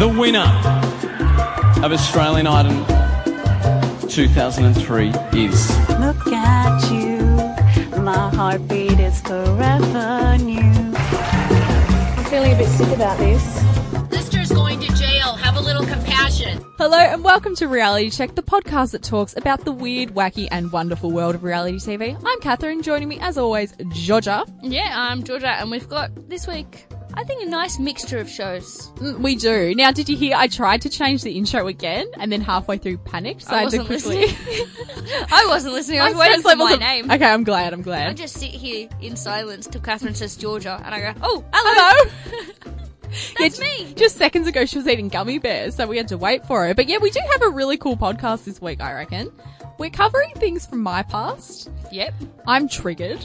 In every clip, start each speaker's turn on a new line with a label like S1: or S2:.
S1: the winner of Australian Idol 2003 is.
S2: Look at you, my heartbeat is forever new.
S3: I'm feeling a bit sick about this.
S4: Lister's going to jail. Have a little compassion.
S5: Hello and welcome to Reality Check, the podcast that talks about the weird, wacky, and wonderful world of reality TV. I'm Catherine, joining me as always, Georgia.
S6: Yeah, I'm Georgia, and we've got this week, I think, a nice mixture of shows.
S5: Mm, We do. Now, did you hear I tried to change the intro again and then halfway through panicked, so I,
S6: I
S5: had to
S6: wasn't
S5: quickly.
S6: listening. I wasn't listening. I was
S5: My
S6: waiting
S5: sense
S6: for
S5: levels
S6: my
S5: of-
S6: name.
S5: Okay, I'm glad, I'm
S6: I
S5: glad.
S6: just sit here in silence till Catherine says Georgia, and I go, "Oh, hello."
S5: Hello!
S6: That's
S5: Yeah, j-
S6: me.
S5: Just seconds ago, she was eating gummy bears, so we had to wait for her. But yeah, we do have a really cool podcast this week, I reckon. We're covering things from my past.
S6: Yep.
S5: I'm triggered.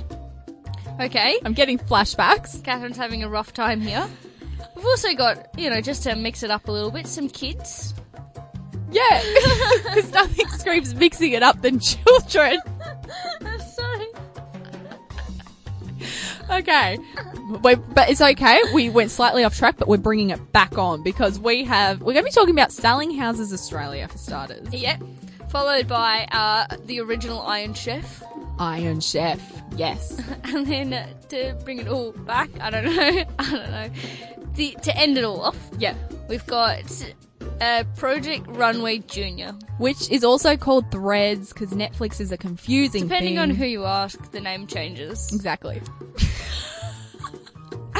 S6: Okay.
S5: I'm getting flashbacks.
S6: Catherine's having a rough time here. We've also got, you know, just to mix it up a little bit, some kids.
S5: Yeah, because nothing screams mixing it up than children.
S6: I'm sorry.
S5: Okay, we but it's okay. We went slightly off track, but we're bringing it back on because we have we're going to be talking about selling houses Australia for starters.
S6: Yep. Followed by uh, the original Iron Chef,
S5: Iron Chef, yes.
S6: and then uh, to bring it all back, I don't know, I don't know. The, to end it all off,
S5: yeah,
S6: We've got uh, Project Runway Junior.
S5: which is also called Threads because Netflix is a confusing.
S6: Depending
S5: thing.
S6: on who you ask, the name changes.
S5: Exactly.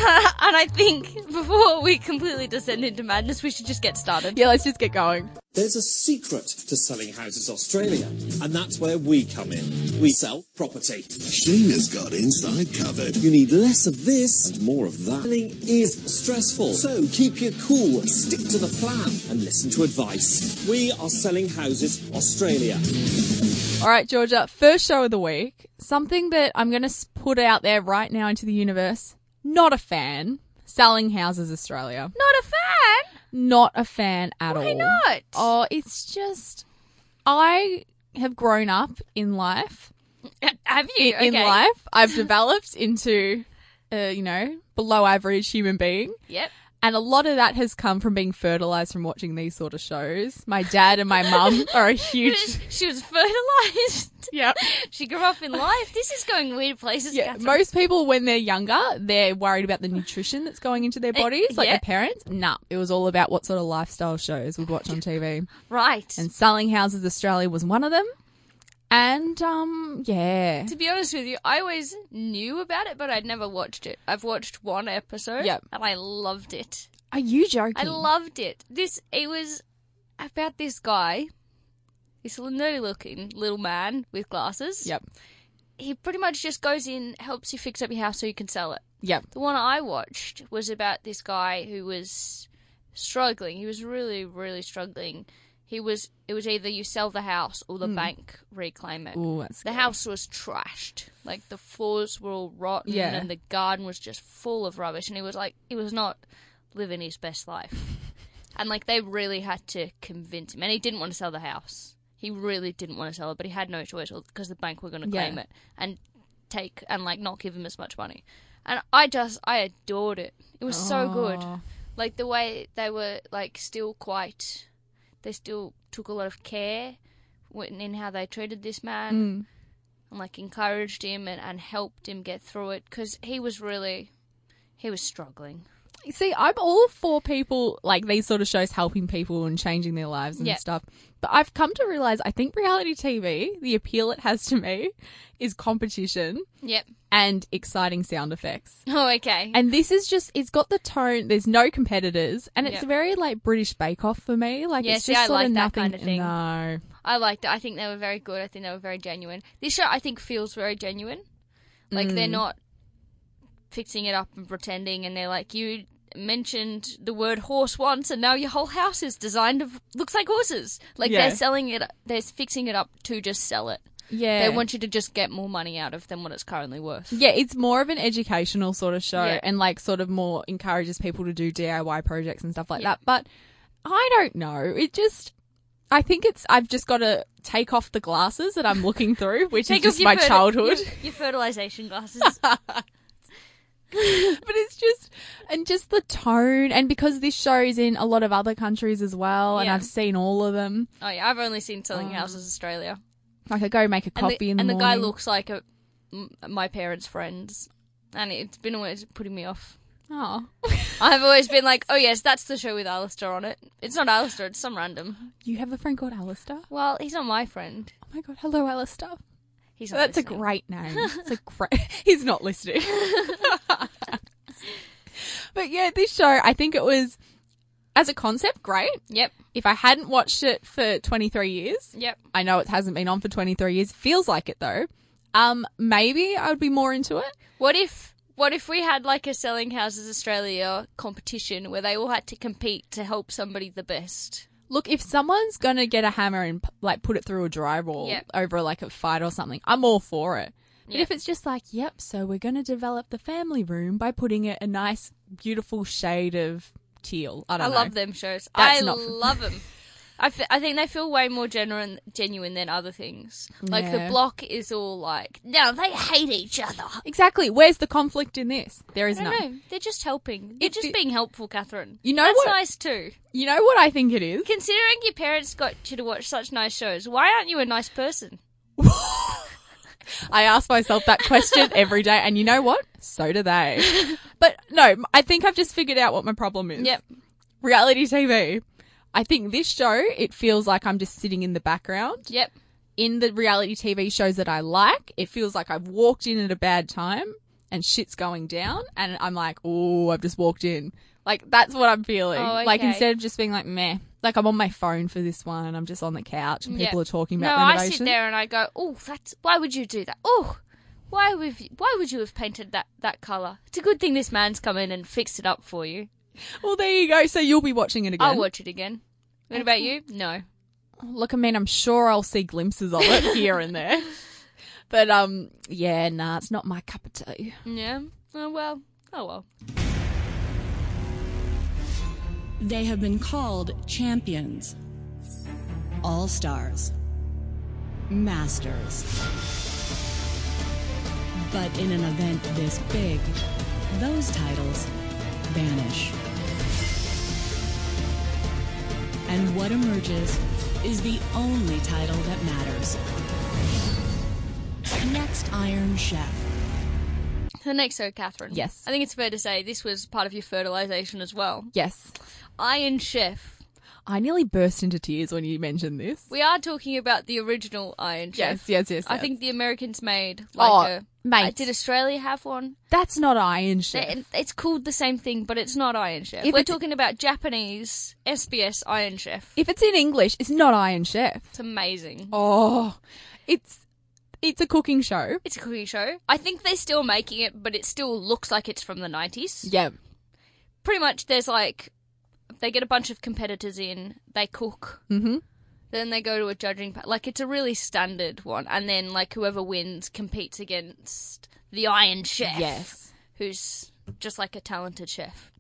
S6: and I think before we completely descend into madness, we should just get started.
S5: Yeah, let's just get going.
S7: There's a secret to selling houses Australia, and that's where we come in. We sell property.
S8: Sheena's got inside covered.
S7: You need less of this and more of that. Selling is stressful, so keep your cool, stick to the plan, and listen to advice. We are selling houses Australia.
S5: All right, Georgia, first show of the week. Something that I'm going to put out there right now into the universe. Not a fan. Selling Houses Australia.
S6: Not a fan.
S5: Not a fan at all.
S6: Why not?
S5: Oh, it's just. I have grown up in life.
S6: Have
S5: In,
S6: you
S5: in
S6: Okay.
S5: life, I've developed into, a, you know, below average human being.
S6: Yep.
S5: And a lot of that has come from being fertilized from watching these sort of shows. My dad and my mum are a huge.
S6: She was fertilized.
S5: Yeah.
S6: She grew up in life. This is going weird places.
S5: Yeah,
S6: Catherine.
S5: most people when they're younger, they're worried about the nutrition that's going into their bodies, like
S6: Eh, yeah.
S5: their parents. Nah, it was all about what sort of lifestyle shows we'd watch on TV.
S6: right.
S5: And Selling Houses Australia was one of them. And um, yeah,
S6: to be honest with you, I always knew about it, but I'd never watched it. I've watched one episode,
S5: Yep.
S6: and I loved it.
S5: are you joking?
S6: I loved it. This it was about this guy, this nerdy looking little man with glasses.
S5: Yep,
S6: He pretty much just goes in, helps you fix up your house so you can sell it.
S5: yep,
S6: The one I watched was about this guy who was struggling. He was really, really struggling. He was it was either you sell the house or the bank reclaim it.
S5: Hmm. Ooh, that's
S6: the house was trashed. Like the floors were all rotten
S5: Yeah.
S6: and the garden was just full of rubbish and he was like he was not living his best life. and like they really had to convince him and he didn't want to sell the house. He really didn't want to sell it, but he had no choice because the bank were going to
S5: Yeah.
S6: claim it and take and like not give him as much money. And I just I adored it. It was so good. Like the way they were like still quite they still took a lot of care when- in how they treated this man and like encouraged him and, and helped him get through it because he was really he was struggling.
S5: See, I'm all for people like these sort of shows helping people and changing their lives and
S6: Yeah.
S5: stuff. But I've come to realize I think reality TV, the appeal it has to me, is competition
S6: Yep.
S5: and exciting sound effects.
S6: Oh, okay.
S5: And this is just, it's got the tone, there's no competitors, and it's
S6: Yep.
S5: very like British Bake Off for me. Like,
S6: Yeah,
S5: it's
S6: see,
S5: just
S6: I
S5: sort of
S6: like that
S5: nothing.
S6: kind of thing.
S5: No.
S6: I liked it. I think they were very good. I think they were very genuine. This show, I think, feels very genuine. Like they're
S5: Mm.
S6: not fixing it up and pretending, and they're like, you mentioned the word horse once, and now your whole house is designed of looks like horses. Like
S5: Yeah.
S6: they're selling it. They're fixing it up to just sell it.
S5: Yeah.
S6: They want you to just get more money out of than what it's currently worth.
S5: yeah, it's more of an educational sort of show
S6: Yeah.
S5: and like sort of more encourages people to do DIY projects and stuff like
S6: Yeah.
S5: that. But I don't know. It just, I think it's, I've just got to take off the glasses that I'm looking through, which is just my
S6: ferti-
S5: childhood.
S6: Your, your fertilization glasses.
S5: but it's just and just the tone and because this show's in a lot of other countries as well and
S6: Yeah.
S5: i've seen all of them
S6: Oh yeah, I've only seen Selling
S5: Um.
S6: Houses Australia.
S5: like i go make a
S6: And
S5: copy
S6: the,
S5: in the
S6: and the guy
S5: morning.
S6: looks like a, m- my parents' friends, and it's been always putting me off.
S5: oh
S6: I've always been like, oh yes, that's the show with Alistair on it. It's not Alistair, it's some random.
S5: you have a friend called alistair
S6: Well, he's not my friend.
S5: oh my god hello alistair
S6: He's not
S5: that's
S6: listening.
S5: a great name it's a great he's not listening but yeah this show i think it was as a concept great
S6: Yep,
S5: if i hadn't watched it for 23 years
S6: yep.
S5: I know it hasn't been on for 23 years. Feels like it though. Um, maybe I would be more into it.
S6: What if what if we had like a Selling Houses Australia competition where they all had to compete to help somebody the best?
S5: Look, if someone's gonna get a hammer and like put it through a drywall
S6: Yep.
S5: over like a fight or something, I'm all for it. But if it's just like, yep, so we're gonna develop the family room by putting it a nice, beautiful shade of teal. I
S6: I,
S5: don't know.
S6: love them shows.
S5: That's
S6: I
S5: not-
S6: love them. I, f- I think they feel way more genuine genuine than other things. Like
S5: Yeah.
S6: the block is all like, no, they hate each other.
S5: Exactly. Where's the conflict in this? There is
S6: No,
S5: none.
S6: no, they're just helping. They're
S5: It
S6: just
S5: be-
S6: being helpful, Catherine.
S5: You know
S6: that's
S5: what-
S6: nice too.
S5: You know what I think it is?
S6: Considering your parents got you to watch such nice shows, why aren't you a nice person?
S5: I ask myself that question every day, and you know what? So do they. But no, I think I've just figured out what my problem is.
S6: Yep.
S5: Reality TV. I think this show, it feels like I'm just sitting in the background.
S6: Yep.
S5: In the reality TV shows that I like, it feels like I've walked in at a bad time and shit's going down, and I'm like, oh, I've just walked in. Like, that's what I'm feeling.
S6: Oh,
S5: Like,
S6: okay.
S5: instead of just being like, meh, like I'm on my phone for this one, I'm just on the couch, and
S6: Yep.
S5: people are talking
S6: No,
S5: about
S6: I
S5: renovation.
S6: sit there and I go, oh, that's why would you do that? Oh, why would you, why would you have painted that that color? It's a good thing this man's come in and fixed it up for you.
S5: Well, there you go. So you'll be watching it again.
S6: I'll watch it again. What about you? No.
S5: Look, I mean, I'm sure I'll see glimpses of it here and there. But um, yeah, nah, it's not my cup of tea.
S6: Yeah. Oh well. Oh well.
S9: They have been called champions, all stars, masters. But in an event this big, those titles vanish. And what emerges is the only title that matters. Next Iron Chef.
S6: The next show, Catherine.
S5: Yes.
S6: I think it's fair to say this was part of your fertilization as well.
S5: Yes,
S6: Iron Chef.
S5: I nearly burst into tears when you mentioned this.
S6: We are talking about the original Iron Chef.
S5: Yes, yes, yes.
S6: I
S5: yes.
S6: think the Americans made
S5: Oh,
S6: like a.
S5: mate.
S6: Did Australia have one?
S5: that's not Iron Chef.
S6: They- It's called the same thing, but it's not Iron Chef.
S5: If
S6: We're
S5: it's-
S6: talking about Japanese SBS Iron Chef.
S5: If it's in English, it's not Iron Chef.
S6: It's amazing.
S5: Oh, it's it's a cooking show.
S6: It's a cooking show. I think they're still making it, but it still looks like it's from the 90s.
S5: Yeah,
S6: Pretty much, there's like. They get a bunch of competitors in, they cook. Mm hmm.
S5: Mm-hmm.
S6: Then they go to a judging. Pa- like, it's a really standard one. And then, like, whoever wins competes against the Iron Chef.
S5: yes.
S6: who's just like a talented chef.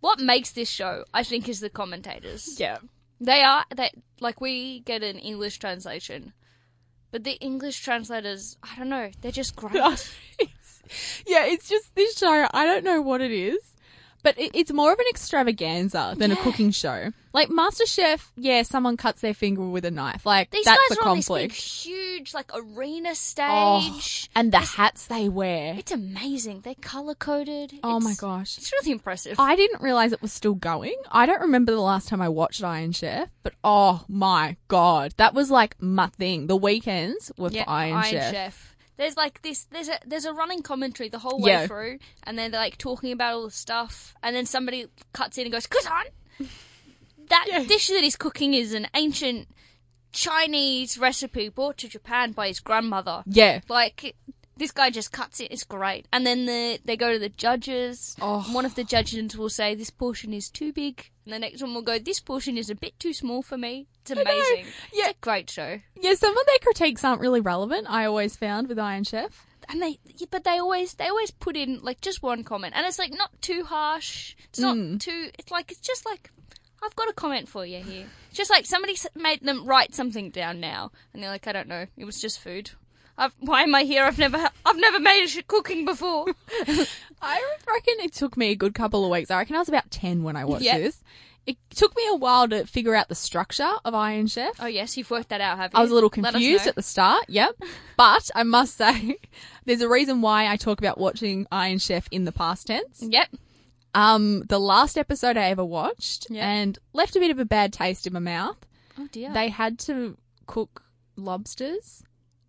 S6: What makes this show, I think, is the commentators.
S5: Yeah.
S6: They are they like we get an English translation, but the English translators, I don't know, they're just great.
S5: Yeah, it's just this show. I don't know what it is, but it, it's more of an extravaganza than a cooking show. Like MasterChef, yeah, someone cuts their finger with a knife. Like
S6: These
S5: that's
S6: guys
S5: a
S6: are on this big,
S5: conflict.
S6: huge like arena stage.
S5: Oh. and the hats they wear.
S6: It's amazing. They're color coded.
S5: Oh my gosh.
S6: it's really impressive.
S5: I didn't realize it was still going. I don't remember the last time I watched Iron Chef, but oh my god, that was like my thing. The weekends were for Iron, Chef.
S6: There's like this. There's a there's a running commentary the whole way
S5: Yeah.
S6: through, and then they're like talking about all the stuff, and then somebody cuts in and goes, "Kazan, that dish that he's cooking is an ancient Chinese recipe brought to Japan by his grandmother."
S5: Yeah.
S6: Like this guy just cuts it. It's great, and then the they go to the judges.
S5: Oh.
S6: One of the judges will say, "This portion is too big," and the next one will go, "This portion is a bit too small for me." It's amazing. It's
S5: Yeah.
S6: a great show.
S5: Yeah, some of their critiques aren't really relevant, I always found with Iron Chef.
S6: and they yeah, but they always they always put in like just one comment and it's like not too harsh it's not
S5: Mm.
S6: too it's like it's just like i've got a comment for you here It's just like somebody s- made them write something down now and they're like i don't know it was just food I've, why am I here? I've never, ha- I've never made a sh- cooking before.
S5: I reckon it took me a good couple of weeks. I reckon I was about 10 when I watched
S6: Yeah.
S5: this. It took me a while to figure out the structure of Iron Chef.
S6: oh yes, you've worked that out, have you?
S5: I was a little
S6: Let us
S5: confused
S6: know.
S5: at the start, yep. But I must say, there's a reason why I talk about watching Iron Chef in the past tense.
S6: Yep.
S5: Um, the last episode I ever watched
S6: Yeah.
S5: and left a bit of a bad taste in my mouth.
S6: Oh dear.
S5: They had to cook lobsters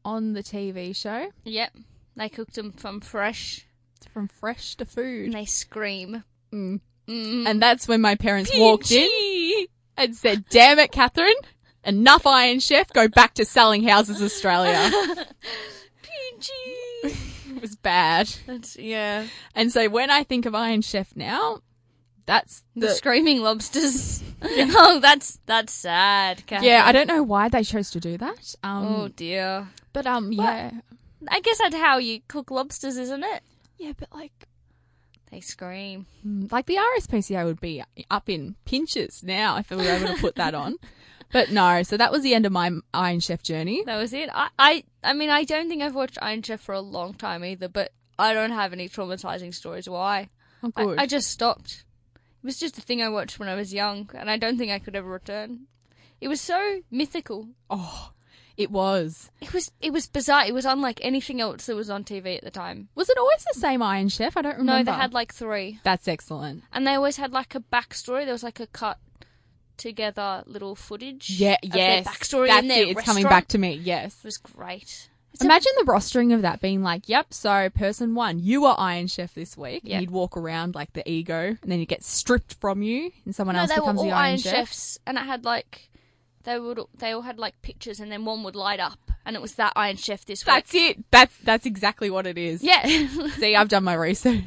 S5: on the TV show
S6: yep. They cooked them from fresh,
S5: from fresh to food.
S6: and they scream.
S5: Mm.
S6: Mm.
S5: And that's when my parents walked in and said, Damn it, Catherine, enough Iron Chef, go back to selling houses Australia.
S6: Peachy.
S5: it was bad.
S6: That's yeah.
S5: And so when I think of Iron Chef now, that's
S6: The,
S5: the.
S6: screaming lobsters. oh, that's that's sad. Kathy.
S5: yeah, I don't know why they chose to do that. Um,
S6: Oh dear.
S5: but um, yeah,
S6: I guess that's how you cook lobsters, isn't it?
S5: yeah, but like,
S6: They scream.
S5: mm, like the RSPCA would be up in pinches now if we were able to put that on. But no, so that was the end of my Iron Chef journey.
S6: That was it. I, I, I mean, I don't think I've watched Iron Chef for a long time either, but I don't have any traumatizing stories. Why?
S5: Oh,
S6: I,
S5: good.
S6: I just stopped. It was just a thing I watched when I was young, and I don't think I could ever return. It was so mythical.
S5: oh, it was.
S6: It was, it was bizarre. It was unlike anything else that was on TV at the time.
S5: Was it always the same Iron Chef? I don't
S6: No,
S5: remember.
S6: they had like three,
S5: That's excellent.
S6: and they always had like a backstory. There was like a cut together little footage.
S5: Yeah,
S6: of
S5: yes.
S6: Their backstory
S5: That's
S6: in their
S5: it. It's coming back
S6: restaurant.
S5: to me. Yes.
S6: It was great. It's a-
S5: Imagine the rostering of that being like, yep, so person one, you were Iron Chef this week.
S6: Yeah.
S5: And you'd walk around like the ego, and then you get stripped from you, and someone else
S6: they
S5: becomes
S6: were all
S5: the Iron,
S6: Iron
S5: Chef.
S6: Chefs, and it had like they would they all had like pictures, and then one would light up, and it was that Iron Chef this week.
S5: That's it. That's that's exactly what it is.
S6: Yeah,
S5: See, I've done my research.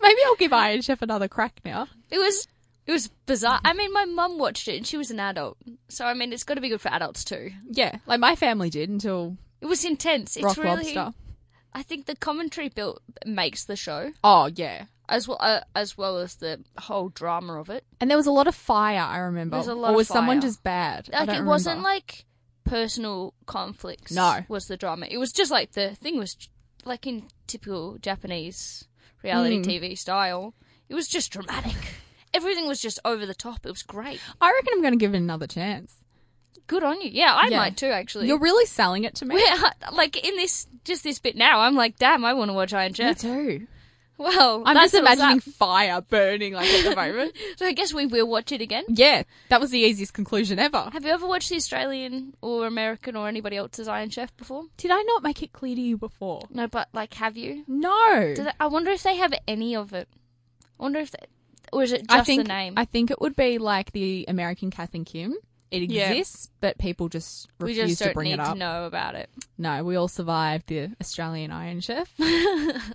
S5: Maybe I'll give Iron Chef another crack now.
S6: it was it was bizarre. I mean, my mum watched it, and she was an adult, so I mean, it's got to be good for adults too.
S5: Yeah, like my family did until
S6: It was intense. It's
S5: Rock
S6: really.
S5: Lobster.
S6: I think the commentary built makes the show
S5: Oh yeah,
S6: as well uh, as well as the whole drama of it.
S5: and there was a lot of fire. I remember.
S6: There's a lot
S5: or
S6: of
S5: was someone
S6: fire.
S5: just bad? I
S6: Like
S5: don't
S6: it wasn't
S5: remember.
S6: like personal conflicts.
S5: No.
S6: was the drama. It was just like the thing was like in typical Japanese reality
S5: Hmm.
S6: TV style. It was just dramatic. Everything was just over the top. It was great.
S5: I reckon I'm going to give it another chance.
S6: Good on you. Yeah, I
S5: Yeah.
S6: might too. Actually,
S5: You're really selling it to me.
S6: Yeah, like in this just this bit now. I'm like, damn, I want to watch Iron
S5: Me
S6: Chef.
S5: too.
S6: Well,
S5: I'm
S6: that
S5: just
S6: settles
S5: imagining
S6: that.
S5: fire burning like at the moment.
S6: So I guess we will watch it again.
S5: yeah, that was the easiest conclusion ever.
S6: Have you ever watched the Australian or American or anybody else's Iron Chef before?
S5: Did I not make it clear to you before?
S6: No, but like, have you?
S5: No.
S6: Do they, I wonder if they have any of it. I wonder if, they, or is it just
S5: I think
S6: the name?
S5: I think it would be like the American Kath and Kim. It
S6: Yeah.
S5: exists, but people just
S6: we
S5: refuse
S6: just
S5: to
S6: don't
S5: bring
S6: need
S5: it up.
S6: to know about it.
S5: No, we all survived the Australian Iron Chef.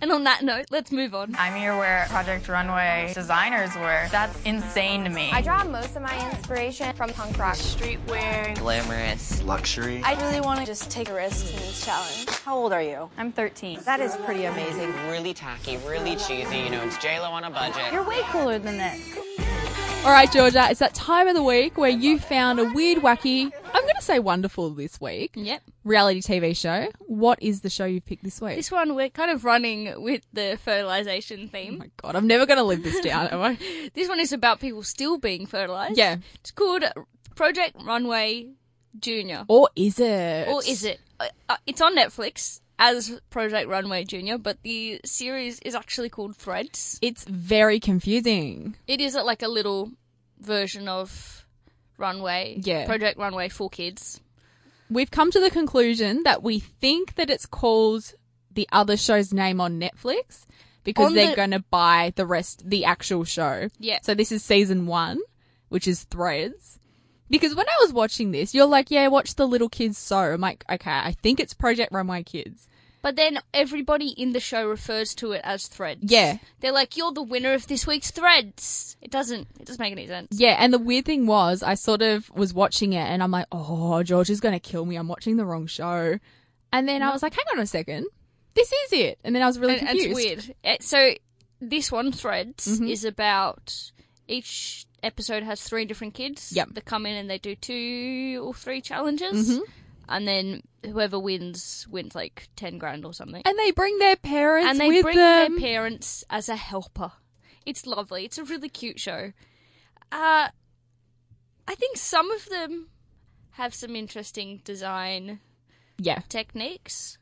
S6: And on that note, let's move on.
S10: I'm here where Project Runway designers were. That's insane to me.
S11: I draw most of my inspiration from punk rock. Streetwear.
S10: Glamorous.
S11: Luxury. I really want to just take risks in this challenge. How old are you?
S10: I'm 13.
S11: That is pretty amazing.
S7: Really tacky, really cheesy. You know, it's J Lo on a budget.
S10: You're way cooler than this.
S5: all right, Georgia, it's that time of the week where you found a weird, wacky. I'm going to say wonderful this week.
S6: Yep.
S5: Reality TV show. What is the show you picked this week?
S6: This one we're kind of running with the fertilization
S5: oh
S6: theme.
S5: my god, I'm never going to live this down, am I?
S6: This one is about people still being fertilized.
S5: Yeah.
S6: It's called Project Runway Junior.
S5: Or is it?
S6: Or is it? Uh, uh, it's on Netflix as Project Runway Junior, but the series is actually called Threads.
S5: It's very confusing.
S6: it is like a little version of runway
S5: Yeah.
S6: project runway for kids
S5: We've come to the conclusion that we think that it's called the other show's name on Netflix because
S6: On
S5: they're
S6: the-
S5: going to buy the rest, the actual show.
S6: Yeah.
S5: So this is season one, which is Threads. Because when I was watching this, you're like, yeah, watch the little kids so. I'm like, okay, I think it's Project Runway Kids.
S6: but then everybody in the show refers to it as threads
S5: Yeah.
S6: they're like you're the winner of this week's threads it doesn't it doesn't make any sense
S5: Yeah, and the weird thing was, I sort of was watching it and I'm like, oh, George is going to kill me. I'm watching the wrong show. And then I was like, hang on a second. This is it. And then I was really
S6: and, and
S5: confused. Mm-hmm.
S6: it's weird Uh, so this one threads is about each episode has three different kids
S5: Yep. Mm-hmm.
S6: that come in and they do two or three challenges and then whoever wins wins like ten grand or something.
S5: And they bring their parents
S6: and they
S5: with
S6: bring
S5: them.
S6: their parents as a helper. It's lovely. It's a really cute show. Uh, I think some of them have some interesting design
S5: yeah.
S6: techniques.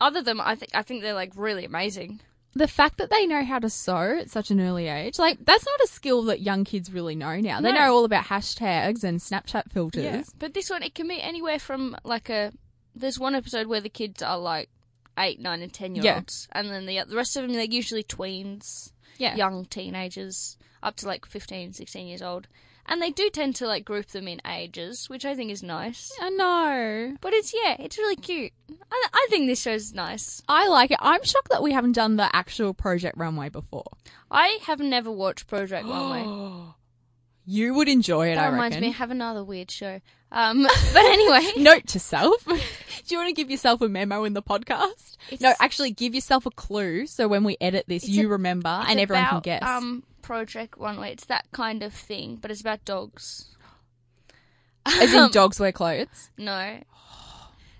S6: Other than I think I think they're like really amazing.
S5: The fact that they know how to sew at such an early age, like that's not a skill that young kids really know now. They
S6: No.
S5: know all about hashtags and Snapchat filters.
S6: But this one, it can be anywhere from like a. There's one episode where the kids are like eight, nine, and ten year
S5: Yeah.
S6: olds, and then the the rest of them they're usually tweens,
S5: Yeah.
S6: young teenagers, up to like 15, 16 years old, and they do tend to like group them in ages, which I think is nice.
S5: I know.
S6: But it's yeah, it's really cute. I I think this show's nice.
S5: I like it. I'm shocked that we haven't done the actual Project Runway before.
S6: I have never watched Project Runway.
S5: You would enjoy it,
S6: That
S5: I
S6: reminds
S5: reckon.
S6: me, I have another weird show. Um, but anyway,
S5: Note to self. Do you want to give yourself a memo in the podcast? no,
S6: It's-
S5: actually, give yourself a clue so when we edit this,
S6: It's
S5: you
S6: a-
S5: remember
S6: It's
S5: and everyone
S6: about,
S5: can guess.
S6: Um, Project Runway. It's that kind of thing, but it's about dogs. Um,
S5: As in, dogs wear clothes.
S6: No,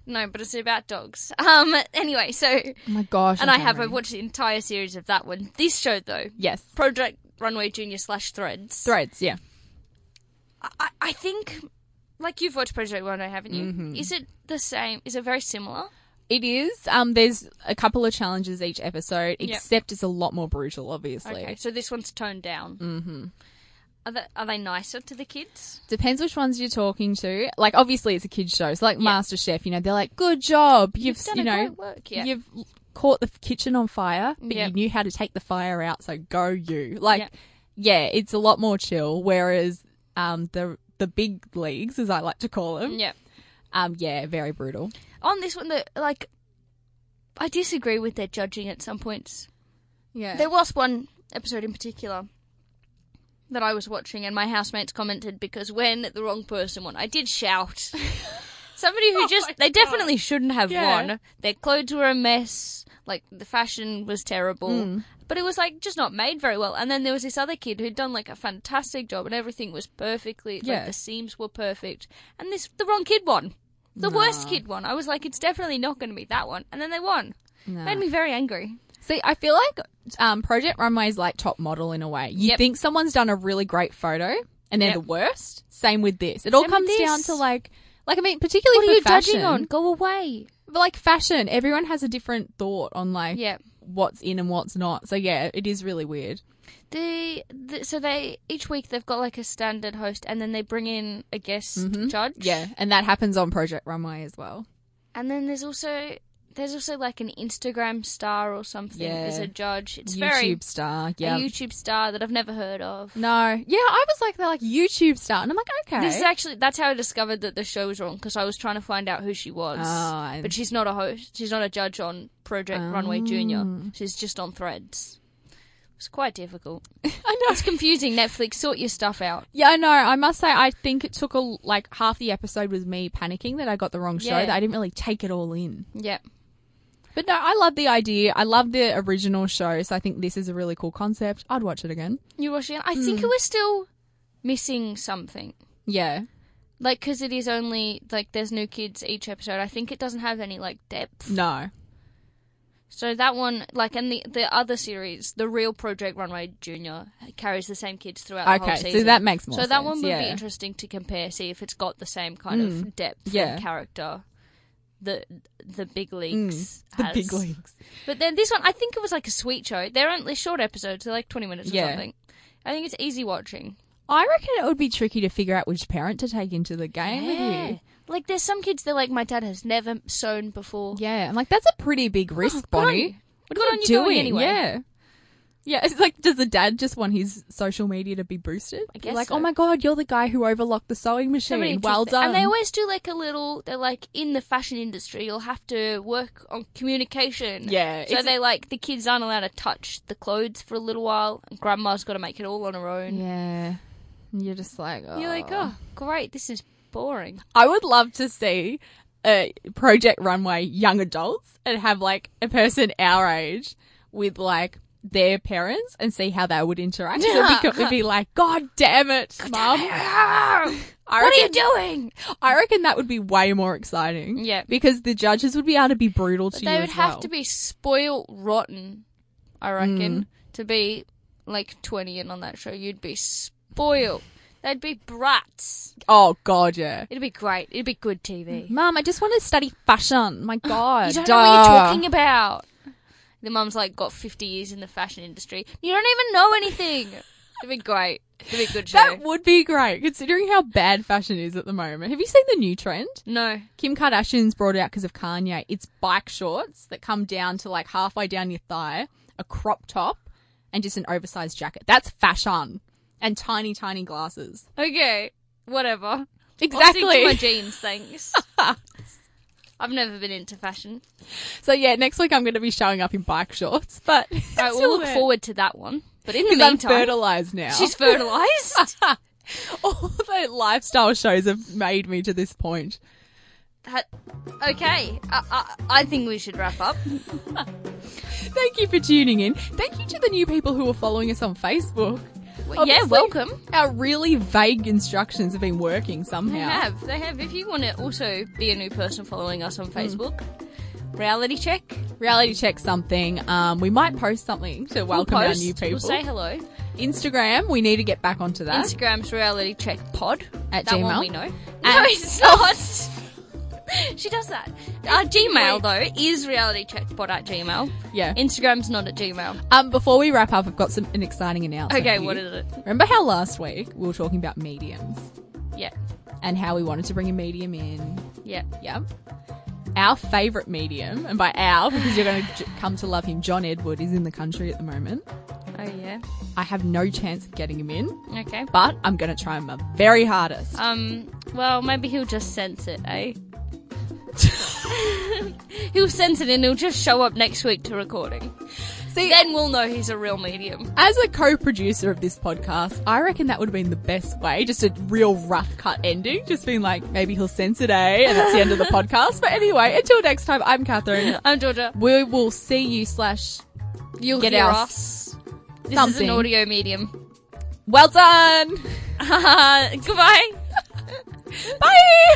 S6: no, but it's about dogs. Um, anyway, so
S5: Oh my gosh.
S6: and
S5: I'm
S6: I have
S5: hungry.
S6: I've watched the entire series of that one. This show though,
S5: Yes.
S6: Project Runway Junior slash Threads.
S5: Threads, yeah.
S6: I, I think, like you've watched Project Runway, haven't you? Is it the same? Is it very similar?
S5: It is. Um, there's a couple of challenges each episode,
S6: Yep.
S5: except it's a lot more brutal, obviously.
S6: Okay, so this one's toned down. Mm-hmm. Are they, are they nicer to the kids?
S5: Depends which ones you're talking to. Like, obviously, it's a kids' show. So, like Master MasterChef, you know, they're like, "Good job, you've,
S6: You've done
S5: you
S6: a
S5: know,
S6: great work, yeah.
S5: you've l- caught the f- kitchen on fire, but
S6: Yeah.
S5: you knew how to take the fire out, so go you." Like,
S6: Yeah.
S5: yeah, it's a lot more chill. Whereas, um, the the big leagues, as I like to call them,
S6: Yeah.
S5: um, yeah, very brutal.
S6: on this one that like I disagree with their judging at some points.
S5: Yeah,
S6: There was one episode in particular that I was watching and my housemates commented because when the wrong person won, I did shout. Somebody who just they definitely shouldn't have
S5: Oh Yeah.
S6: won. Their clothes were a mess, like the fashion was terrible.
S5: Hmm.
S6: But it was like just not made very well. And then there was this other kid who'd done like a fantastic job and everything was perfectly
S5: Yeah.
S6: like the seams were perfect. And this the wrong kid won. The worst kid won. I was like, it's definitely not going to be that one. And then they won. Made me very angry.
S5: See, I feel like um, Project Runway is like top model in a way. You
S6: Yep.
S5: think someone's done a really great photo and they're
S6: Yep.
S5: the worst. Same with this. It all
S6: Same with
S5: comes down
S6: this.
S5: to like, like I mean, particularly
S6: What
S5: for
S6: are you
S5: fashion,
S6: judging on? Go away.
S5: But like fashion, everyone has a different thought on like
S6: Yep.
S5: what's in and what's not. So yeah, it is really weird.
S6: The, the so they each week they've got like a standard host, and then they bring in a guest judge.
S5: Mm-hmm. Yeah, and that happens on Project Runway as well.
S6: and then there's also there's also like an Instagram star or something
S5: Yeah.
S6: as a judge. It's
S5: YouTube
S6: very
S5: star,
S6: a
S5: yeah.
S6: YouTube star that I've never heard of.
S5: no, yeah, I was like, they're like YouTube star, and I'm like, okay,
S6: This is actually that's how I discovered that the show was wrong because I was trying to find out who she was,
S5: Ah, and-
S6: but she's not a host. She's not a judge on Project Runway Junior.
S5: Oh.
S6: She's just on Threads. It's quite difficult.
S5: I know
S6: It's confusing. Netflix, sort your stuff out.
S5: Yeah, I know. I must say, I think it took a, like half the episode was me panicking that I got the wrong show.
S6: Yeah.
S5: That I didn't really take it all in.
S6: Yeah.
S5: But no, I love the idea. I love the original show, so I think this is a really cool concept. I'd watch it again.
S6: You watch it.
S5: Hmm.
S6: I think we're still missing something.
S5: Yeah,
S6: Like, because it is only, like, there's new kids each episode. I think it doesn't have any, like, depth.
S5: no,
S6: So that one, like, and the, the other series, the real Project Runway Junior, carries the same kids throughout the whole
S5: Okay, so
S6: season.
S5: that makes more
S6: So that one
S5: sense,
S6: would be
S5: yeah. Hmm.
S6: interesting to compare, see if it's got the same kind of depth
S5: yeah. Hmm.
S6: and character that the Big Leagues
S5: the
S6: has.
S5: big leagues.
S6: But then this one, I think it was, like, a sweet show. They're only short episodes. They're, like, 20 minutes or
S5: Yeah.
S6: something. I think it's easy watching.
S5: I reckon it would be tricky to figure out which parent to take into the game with you.
S6: Like there's some kids that like my dad has never sewn before.
S5: Yeah, I'm like that's a pretty big risk,
S6: Oh, good on
S5: Bonnie.
S6: you.
S5: What
S6: Good
S5: are
S6: on you
S5: doing?
S6: going anyway.
S5: Yeah. Yeah, it's like, does the dad just want his social media to be boosted? I
S6: guess
S5: like,
S6: so.
S5: oh my god, you're the guy who overlocked the sewing
S6: So many
S5: machine. Well
S6: interesting-
S5: done.
S6: And they always do like a little. They're like in the fashion industry, you'll have to work on communication.
S5: Yeah,
S6: So
S5: it's-
S6: they like the kids aren't allowed to touch the clothes for a little while. And grandma's got to make it all on her own.
S5: Yeah. You're just like, oh.
S6: You're like, oh, great, this is boring.
S5: I would love to see a Project Runway young adults and have like a person our age with like their parents and see how they would interact. Yeah. It'd, be, it'd be like, God damn it, mom. I
S6: Ah, What are you
S5: reckon-
S6: doing?
S5: I reckon that would be way more exciting.
S6: Yeah.
S5: Because the judges would be able to be brutal to
S6: But
S5: you.
S6: they would
S5: as well.
S6: have to be spoiled rotten, I reckon,
S5: Mm.
S6: to be like 20 in on that show. You'd be spoiled. They'd be brats.
S5: Oh, God, yeah.
S6: It'd be great. It'd be good TV.
S5: Mom, I just want to study fashion. My God.
S6: You don't know what you're
S5: Duh.
S6: talking about. The mum's like got 50 years in the fashion industry. You don't even know anything. It'd be great. It'd be a good show.
S5: That would be great, considering how bad fashion is at the moment. Have you seen the new trend?
S6: no.
S5: Kim Kardashian's brought it out because of Kanye. It's bike shorts that come down to like halfway down your thigh, a crop top, and just an oversized jacket. That's fashion. And tiny, tiny glasses.
S6: Okay. Whatever. I'll stick
S5: Exactly.
S6: to my jeans, thanks. I've never been into fashion.
S5: So yeah, next week I'm going to be showing up in bike shorts, but
S6: All right,
S5: still
S6: we'll look
S5: there.
S6: forward to that one. But in the
S5: 'Cause I'm
S6: meantime,
S5: fertilized now.
S6: she's fertilized.
S5: all the lifestyle shows have made me to this point.
S6: Ha- okay, I, I, I think we should wrap up.
S5: Thank you for tuning in. Thank you to the new people who are following us on Facebook.
S6: yeah,
S5: Obviously,
S6: welcome.
S5: Our really vague instructions have been working somehow.
S6: They have, they have. If you want to also be a new person following us on Facebook, reality check.
S5: Reality check something. Um, we might post something to
S6: We'll
S5: welcome our
S6: post,
S5: new people.
S6: We'll say hello.
S5: Instagram, we need to get back onto that.
S6: Instagram's reality check pod.
S5: At
S6: that one
S5: Gmail.
S6: we know. no, it's not. she does that. Our Gmail though is reality check pod at Gmail.
S5: yeah.
S6: Instagram's not at Gmail.
S5: um, before we wrap up, I've got some an exciting announcement.
S6: Okay,
S5: for
S6: what
S5: you.
S6: is it?
S5: Remember how last week we were talking about mediums
S6: Yeah,
S5: and how we wanted to bring a medium in?
S6: yeah.
S5: Yep. Our favourite medium, and by our, because you're going to j- come to love him, John Edward is in the country at the moment.
S6: Oh yeah.
S5: I have no chance of getting him in,
S6: Okay.
S5: but I'm going to try my very hardest.
S6: Um, well, maybe he'll just sense it, eh? he'll sense it and he'll just show up next week to recording.
S5: See,
S6: Then we'll know he's a real medium.
S5: as a co-producer of this podcast, I reckon that would have been the best way. Just a real rough cut ending, just being like, maybe he'll sense it, eh? And that's the end of the podcast. But anyway, until next time, I'm Catherine.
S6: I'm Ah, Georgia.
S5: We will see you slash
S6: You'll
S5: Get
S6: hear
S5: us
S6: us. This is
S5: something.
S6: an audio medium.
S5: well done.
S6: Goodbye.
S5: Bye.